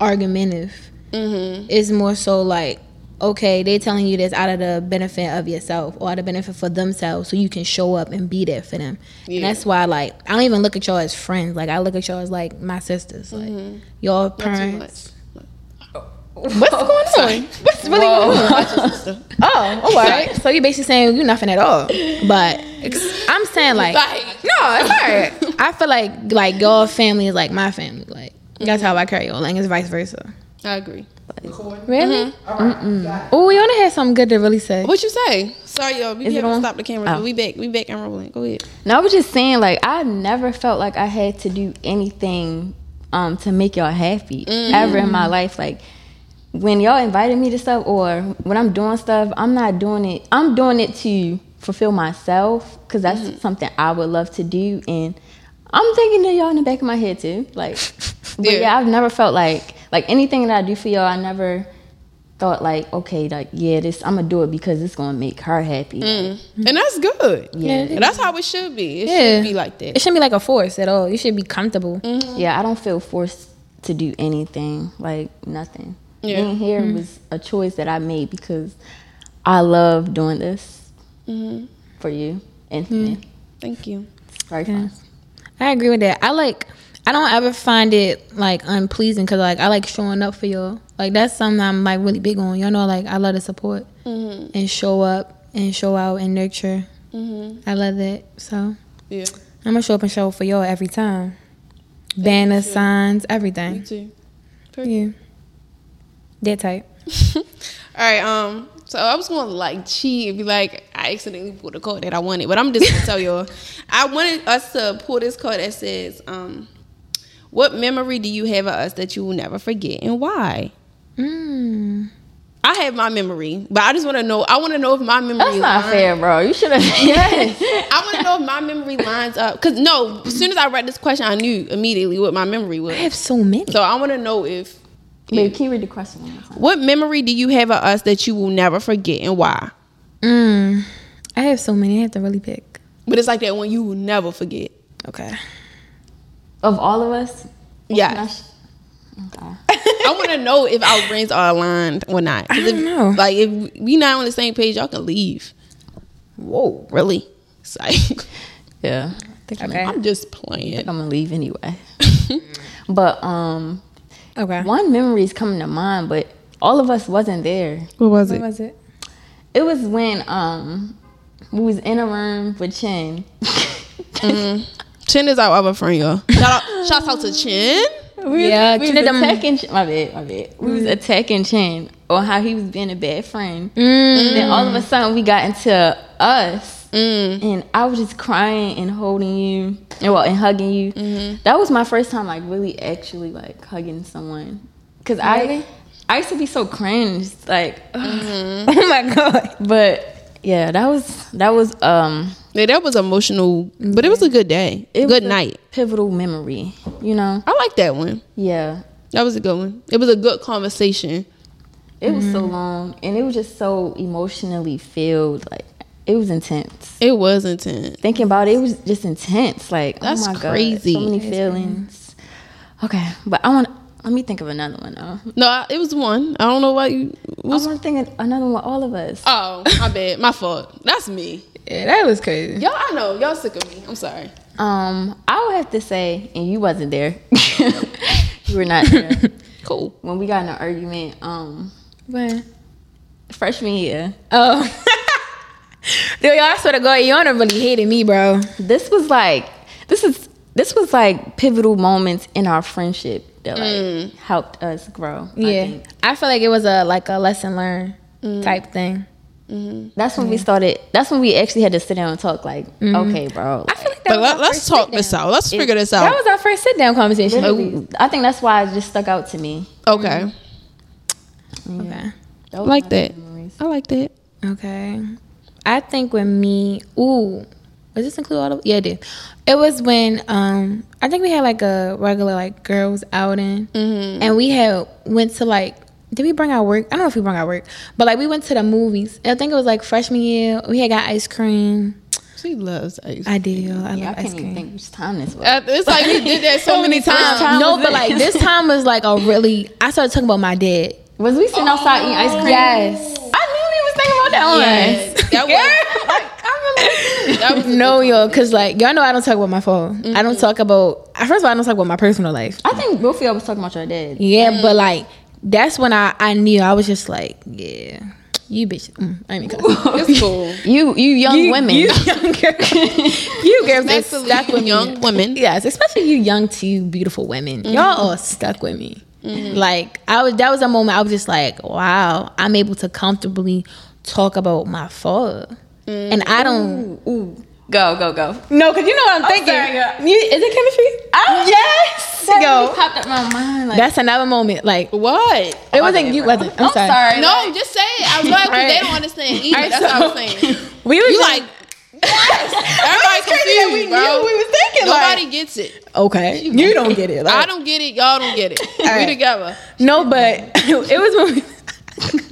B: argumentative. It's more so like, okay, they're telling you this out of the benefit of yourself or out of the benefit for themselves, so you can show up and be there for them. And that's why, like, I don't even look at y'all as friends. Like, I look at y'all as like my sisters, like y'all parents. What's going on? What's really going on? Oh, all right. so you're basically saying you nothing at all. But ex- I'm saying like, no, it's all right. I feel like like your family is like my family. Like that's how I carry on. Like it's vice versa.
A: I agree.
B: Really? Oh, we only had something good to really say.
A: What you say? Sorry, y'all. We
C: it
A: haven't
C: on?
A: stopped the camera. but
C: Oh.
A: We back. We back and rolling. Go ahead.
C: No, I was just saying, like, I never felt like I had to do anything um, to make y'all happy ever in my life. Like, when y'all invited me to stuff or when I'm doing stuff, I'm not doing it. I'm doing it to fulfill myself because that's something I would love to do. And I'm thinking of y'all in the back of my head, too. Like, but
A: Yeah.
C: yeah. I've never felt like, like, anything that I do for y'all, I never thought, like, okay, like, yeah, this, I'm going to do it because it's going to make her happy.
A: And that's good.
C: Yeah.
A: And that's how it should be. It
B: Yeah.
A: should be like
B: It
A: that.
B: shouldn't be like a force at all. You should be comfortable.
C: Yeah, I don't feel forced to do anything, like nothing.
A: Yeah.
C: Being here was a choice that I made because I love doing this for you, Anthony.
A: Mm-hmm. Thank you.
C: Very fun.
B: I agree with that. I like. I don't ever find it like unpleasing because like I like showing up for y'all. Like that's something I'm like really big on. Y'all know like I love to support and show up and show out and nurture. I love that. So I'm
A: Yeah.
B: gonna show up and show up for y'all every time. Banner signs,
A: You
B: everything.
A: too.
B: Yeah. That type.
A: All right. Um. So I was going to like cheat and be like, I accidentally pulled a card that I wanted, but I'm just gonna tell y'all, I wanted us to pull this card that says, um, "What memory do you have of us that you will never forget, and why?"
B: Mm.
A: I have my memory, but I just want to know. I want to know if my memory.
C: That's not
A: lines-
C: fair, bro. You should have.
A: Yes. I want to know if my memory lines up. Cause no, as soon as I read this question, I knew immediately what my memory
B: I
A: was.
B: have so many.
A: So I want to know if
C: Wait, can you read the question one more time?
A: what memory do you have of us that you will never forget, and why?
B: Mm. I have so many. I have to really pick.
A: But it's like that one you will never forget.
B: Okay.
C: Of all of us?
A: Yeah. I want to know if our brains are aligned or not. 'Cause
B: I don't
A: if-
B: know.
A: Like, if we not on the same page, y'all can leave. Whoa, really? It's like,
C: Yeah.
B: Okay.
A: I'm just playing.
C: I'm gonna leave anyway. but um,
B: Okay.
C: one memory is coming to mind, but all of us wasn't there.
A: What was
B: What was it?
C: It was when um we was in a room with Chin. Mm-hmm.
A: Mm. Chin is our other friend, y'all. Shout out, shouts out to Chin.
C: We was,
B: Yeah,
C: we was
B: Chen did them-
C: attacking. Ch- My bad, my bad. We
A: Mm.
C: was attacking Chen on how he was being a bad friend.
B: Mm,
C: And then all of
A: Mm.
C: a sudden, we got into us, and I was just crying and holding you, and well, and hugging you.
A: Mm-hmm.
C: That was my first time, like really, actually, like hugging someone, because I, I used to be so cringe, like,
B: oh my god.
C: but yeah, that was that was um,
A: Yeah, that was emotional, but it was a good day.
C: it
A: good
C: was a
A: night.
C: pivotal memory, you know.
A: I like that one.
C: Yeah,
A: That was a good one. It was a good conversation.
C: It was
A: Mm-hmm.
C: so long and it was just so emotionally filled. Like it was intense.
A: It was intense.
C: Thinking about it, it was just intense. Like
A: That's
C: oh my
A: crazy.
C: god, so many feelings. Okay, but I want. Let me think of another one though.
A: No, I, it was one. I don't know why you.
C: I
A: Was,
C: want to think of another one. All of us.
A: oh, my bad. My fault. That's me.
B: Yeah, that was crazy.
A: Y'all, I know. Y'all sick of me. I'm sorry.
C: Um, I would have to say, and you wasn't there. you were not there
A: Cool.
C: when we got in an argument. Um,
B: But
C: freshman year.
B: oh. Yo, y'all, I swear to God, y'all really hated me, bro.
C: this was like this is this was like pivotal moments in our friendship that like
A: Mm.
C: helped us grow. I
B: Yeah,
C: think.
B: I, feel like it was a like a lesson learned type thing.
C: that's
B: Mm-hmm.
C: when we started. That's when we actually had to sit down and talk. Like, okay, bro.
B: I feel like that
A: But
B: was
A: let,
B: our
A: let's
B: first
A: talk
B: sit-down.
A: this out. Let's figure this
B: That
A: out.
B: was our first sit down conversation.
C: Literally, I think that's why it just stuck out to me.
A: Okay.
B: Okay.
C: That was
A: Like
C: my
A: that.
C: memories.
A: I like that.
B: Okay. I think with me, ooh, does this include all of Yeah, it did. It was when um I think we had like a regular like girls outing,
A: Mm-hmm.
B: and we had went to like did we bring our work? I don't know if we brought our work, but like we went to the movies. I think it was like freshman year. We had got ice cream.
A: She loves ice.
B: I do. I love
C: Yeah, I
B: ice
C: can't even
B: cream.
C: think which time this was.
A: Uh, it's like we did that so many times.
C: time
B: no,
C: was
B: but
C: it?
B: like this time was like a really. I started talking about my dad.
C: Was we sitting outside eating ice cream?
B: Yes.
C: I knew we was thinking about that one.
A: Yes. That was, that was a
B: No, y'all, cause like y'all know I don't talk about my phone. I don't talk about. First of all, I don't talk about my personal life.
C: I think both of y'all was talking about your dad.
B: Yeah, but like that's when I I knew I was just like, yeah, you bitch. Mm, I mean,
A: it's cool.
C: You, you young women.
B: you young girls, you girls are
A: Especially
B: stuck with me.
A: young women.
B: Yes, especially you young two beautiful women. Y'all are stuck with me. Like I was, that was a moment I was just like, wow, I'm able to comfortably talk about my fault, and I don't.
C: Ooh, ooh. Go, go, go.
B: No, cause you know what I'm thinking.
C: sorry, girl.
B: You- is it chemistry?
C: Oh,
B: yes.
C: That
B: Yo.
C: really popped up my mind. Like,
B: That's another moment. Like it
A: What?
B: wasn't you. Wasn't I'm, sorry.
A: No, just say it. I was like, 'cause they don't understand either.
B: Alright,
A: That's
B: so-
A: what I'm saying.
B: We were
A: You
B: just-
A: like, everybody
B: It's crazy that
A: confused,
B: we
A: bro.
B: knew we was thinking
A: Nobody
B: like
A: gets it.
B: okay you don't get it like,
A: I don't get it. Y'all don't get it.
B: Alright.
A: We together.
B: no but it was when we,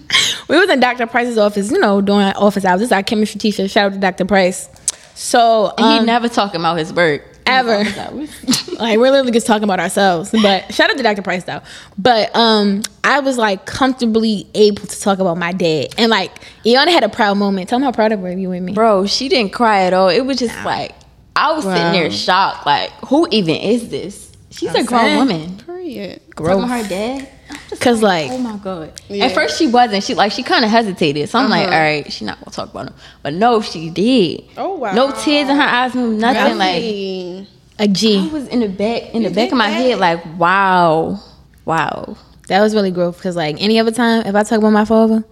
B: we was in Dr. Price's office you know doing office hours this is our chemistry teacher shout out to Dr. Price so
C: he
B: um,
C: never talking about his work
B: ever like we're literally just talking about ourselves but shout out to dr price though but um i was like comfortably able to talk about my dad and like Iona had a proud moment tell me how proud of her you with me
C: Bro, she didn't cry at all. It was just like I was sitting there shocked. Like, who even is this? She's a grown
B: saying.
C: woman.
A: Period.
C: Talking about her dad. I'm just
B: because like
C: Oh my god! Uh-huh.
A: Yeah.
C: At first she wasn't. She like she kind of hesitated. So I'm like, all right, she not gonna talk about him. But no, she did.
A: Oh, wow.
C: No tears in her eyes, no nothing. Like
A: Hey.
B: a
C: I
B: g
C: was in the back, in the back
A: did
C: of my
A: that?
C: head, like, wow, wow.
B: that was really growth because like any other time if i talk about my father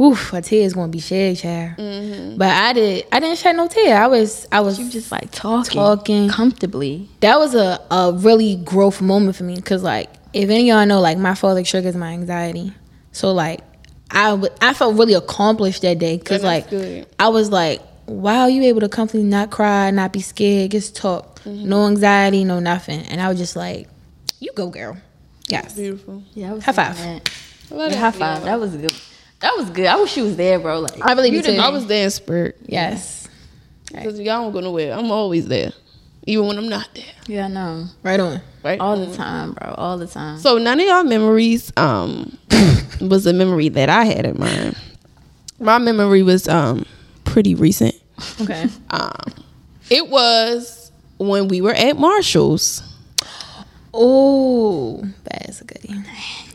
B: Oof, a tear is gonna be shed, child. But I did. I didn't shed no tear. I was. I was.
C: You just like talking,
B: Talking.
C: comfortably.
B: that was a, a really growth moment for me because like if any of y'all know like my father triggers my anxiety so like I w- I felt really accomplished that day because
A: That's
B: like
A: good.
B: i was like wow you able to comfortably not cry not be scared just talk no anxiety no nothing and i was just like you go girl yes
A: Beautiful.
C: Yeah, I was
B: High five.
C: thinking that.
A: Let
C: Yeah,
A: us
C: high
A: be.
C: five. That was good. That was good. I wish you was there, bro. Like,
B: i really
A: You
B: do
A: did.
B: too
A: I was there in spirit.
B: yes
A: Because y'all don't go nowhere. I'm always there. Even when I'm not there.
C: yeah, I know.
B: right on
A: Right?
C: All the time, bro. All the time.
A: So none of y'all memories um was a memory that I had in mind. My memory was um pretty recent.
B: okay
A: Um it was when we were at Marshall's.
B: oh that's a goodie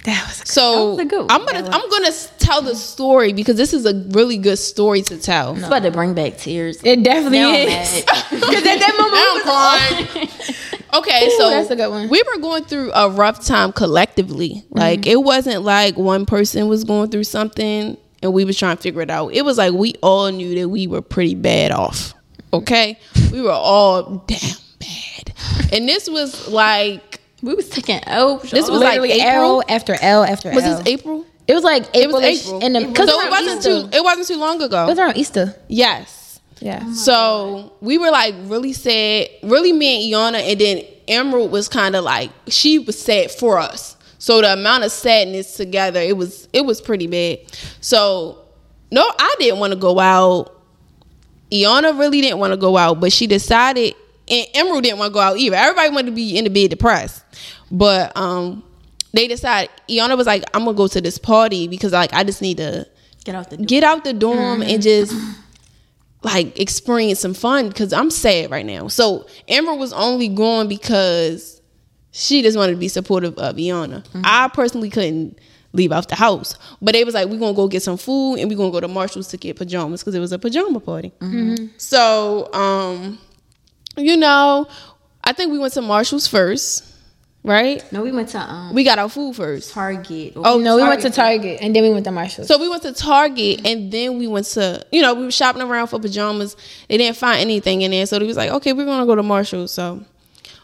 B: that was a good
A: So
C: was a
A: I'm
C: good one.
A: gonna I'm gonna s- tell the story because this is a really good story to tell.
C: It's about to bring back tears.
B: it definitely
C: Now I'm
B: is
C: mad.
B: because at that moment we
A: Now I'm
B: was
A: crying. Okay, so
B: that's a good one. Mm-hmm.
A: We were going through a rough time collectively. Like it wasn't like one person was going through something and we was trying to figure it out. It was like we all knew that we were pretty bad off. Okay, we were all damn bad, and this was like
C: We was taking L.
A: This was like
B: Literally
A: April?
B: L after L after
A: was
B: L.
A: this April?
B: It was like April.
A: was April.
B: In the,
A: So
B: cause
A: it wasn't too. It wasn't too long
B: It was
A: ago.
B: around Easter.
A: Yes.
B: Yeah.
A: Mm-hmm. So we were like really sad, really me and Iana, and then Emerald was kind of like she was sad for us. So the amount of sadness together, it was it was pretty bad. So no, I didn't want to go out. Iana really didn't want to go out, but she decided, and Emerald didn't want to go out either. Everybody wanted to be in the bed depressed, but um, they decided. Iana was like, "I'm gonna go to this party because like I just need to
C: Get off the.
A: get out the dorm and just like experience some fun because I'm sad right now. So Amber was only going because she just wanted to be supportive of Iana. I personally couldn't leave out the house, but they was like, "We're gonna go get some food and we're gonna go to Marshalls to get pajamas because it was a pajama party." So, um, you know, I think we went to Marshalls first, right?
C: no, we went to um
A: We got our food first.
C: Target.
B: Oh no, we went to Target and then we went to Marshalls.
A: So we went to Target and then we went to, you know, we were shopping around for pajamas. They didn't find anything in there. So they was like, okay, we're going to go to Marshall's. So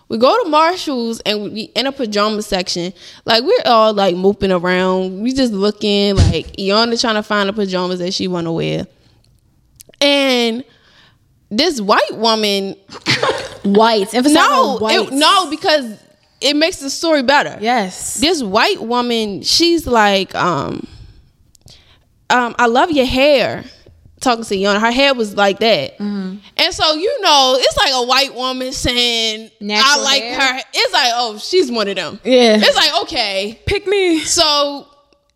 A: we go to Marshall's and we in a pajama section. Like we're all like moping around. We just looking like Iona trying to find the pajamas that she want to wear. And this white woman,
B: whites. Emphasize
A: no,
B: on whites.
A: it, no, because it makes the story better
B: Yes.
A: this white woman she's like um um i love your hair talking to Yana. her hair was like that
B: Mm-hmm.
A: and so you know it's like a white woman saying i
B: Natural
A: like
B: hair.
A: her it's like oh she's one of them
B: Yeah.
A: it's like okay
B: Pick me.
A: so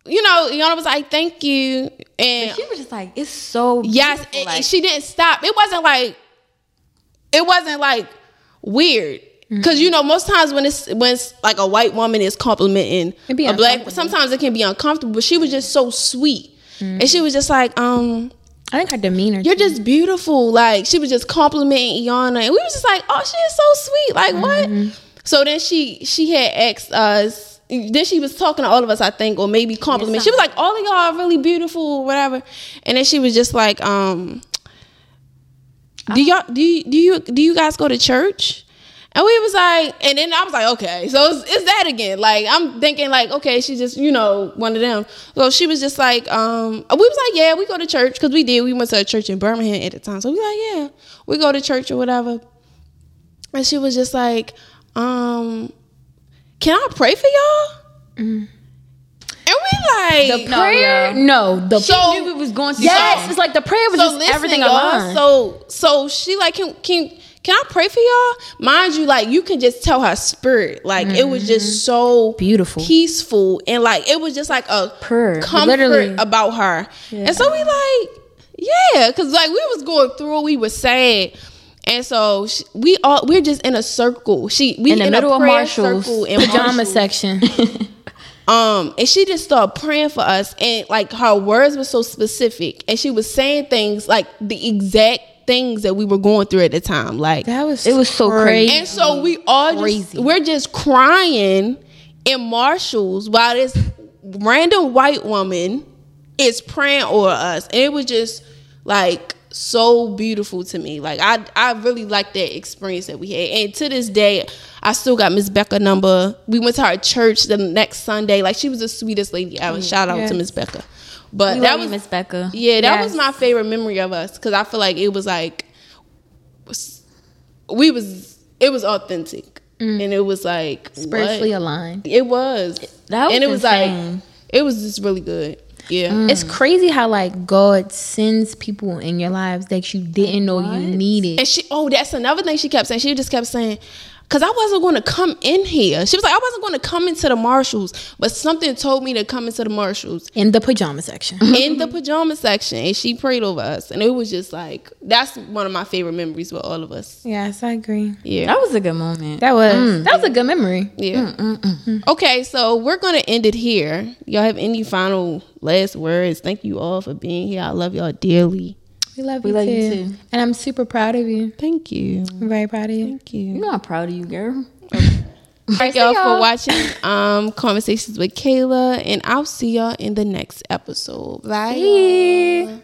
A: you know Yana was like thank you and
C: She was just like, it's so.
A: Yes,
C: beautiful,
A: and,
C: like,
A: and she didn't stop. It wasn't like it wasn't like weird. Cause you know, most times when it's when it's like a white woman is complimenting
B: It'd be
A: a black,
B: uncomfortable.
A: sometimes it can be uncomfortable. But she was just so sweet, and she was just like, um,
B: I think her demeanor.
A: "You're just beautiful." Like she was just complimenting Iana, and we was just like, "Oh, she is so sweet." Like what? So then she she had asked us. Then she was talking to all of us, I think, or maybe compliment. She was like, "All of y'all are really beautiful, whatever." And then she was just like, um, do y'all do you, do you do you guys go to church? And we was like, and then I was like, okay, so it's, it's that again. Like I'm thinking, like okay, she's just you know one of them. So she was just like, um, we was like, yeah, we go to church because we did. We went to a church in Birmingham at the time, so we like, yeah, we go to church or whatever. And she was just like, um, can I pray for y'all? And we like,
C: No,
B: prayer.
C: yeah.
B: No, the
A: so
C: knew we was going through.
B: yes,
C: something.
B: it's like the prayer was just
A: listen,
B: everything
A: y'all.
B: aligned.
A: So so she like can can can I pray for y'all? Mind you, like you can just tell her spirit. Like it was just so
B: Mm-hmm. Beautiful.
A: peaceful, and like it was just like a
C: Purr.
A: comfort
B: Literally.
A: about her. And so we like, yeah, because like we was going through, it, we were sad. And so she, we all we're just in a circle. She we
C: In the middle
A: a
C: of
A: prayer
C: Marshall's.
A: circle in
B: Pajama
A: Marshall's.
B: section.
A: Um, and she just started praying for us, and like her words were so specific, and she was saying things like the exact things that we were going through at the time, like.
B: That was
C: It was so crazy.
A: and so we all just
B: Crazy.
A: we're just crying in Marshalls while this random white woman is praying over us, and it was just like so beautiful to me. Like I I really liked that experience that we had, and to this day I still got Miss Becca number. We went to our church the next Sunday. Like she was the sweetest lady ever. Shout out to Miss Becca. But
C: Mm, We
A: that
C: love you,
A: was
C: Miss Becca.
A: yeah, that
B: Yes.
A: was my favorite memory of us because I feel like it was like was- we was it was authentic
C: Mm.
A: and it was like
B: spiritually
A: what?
B: aligned.
A: It was
C: That was
A: and it was
C: insane. Mm.
A: like it was just really good. Yeah,
B: It's crazy how like God sends people in your lives that you didn't know you needed.
A: and she oh that's another thing she kept saying. She just kept saying. Cause I wasn't going to come in here. She was like, I wasn't going to come into the Marshalls, but something told me to come into the Marshalls
B: In the pajama section.
A: in the pajama section, and she prayed over us, and it was just like that's one of my favorite memories with all of us.
B: yes, I agree.
A: Yeah,
C: That was Mm. a good moment.
B: That was that was a good memory.
A: Yeah. Okay, so we're going to end it here. Y'all have any final last words? Thank you all for being here. I love y'all dearly.
B: We love,
C: We
B: you,
C: love
B: too.
C: you too.
B: And I'm super proud of you.
A: Thank you.
B: I'm very proud of you.
A: Thank you.
C: you know I'm proud of you, girl.
A: Thank
C: see
A: y'all for
C: y'all.
A: watching um, Conversations with Kayla, and I'll see y'all in the next episode. Bye. y'all.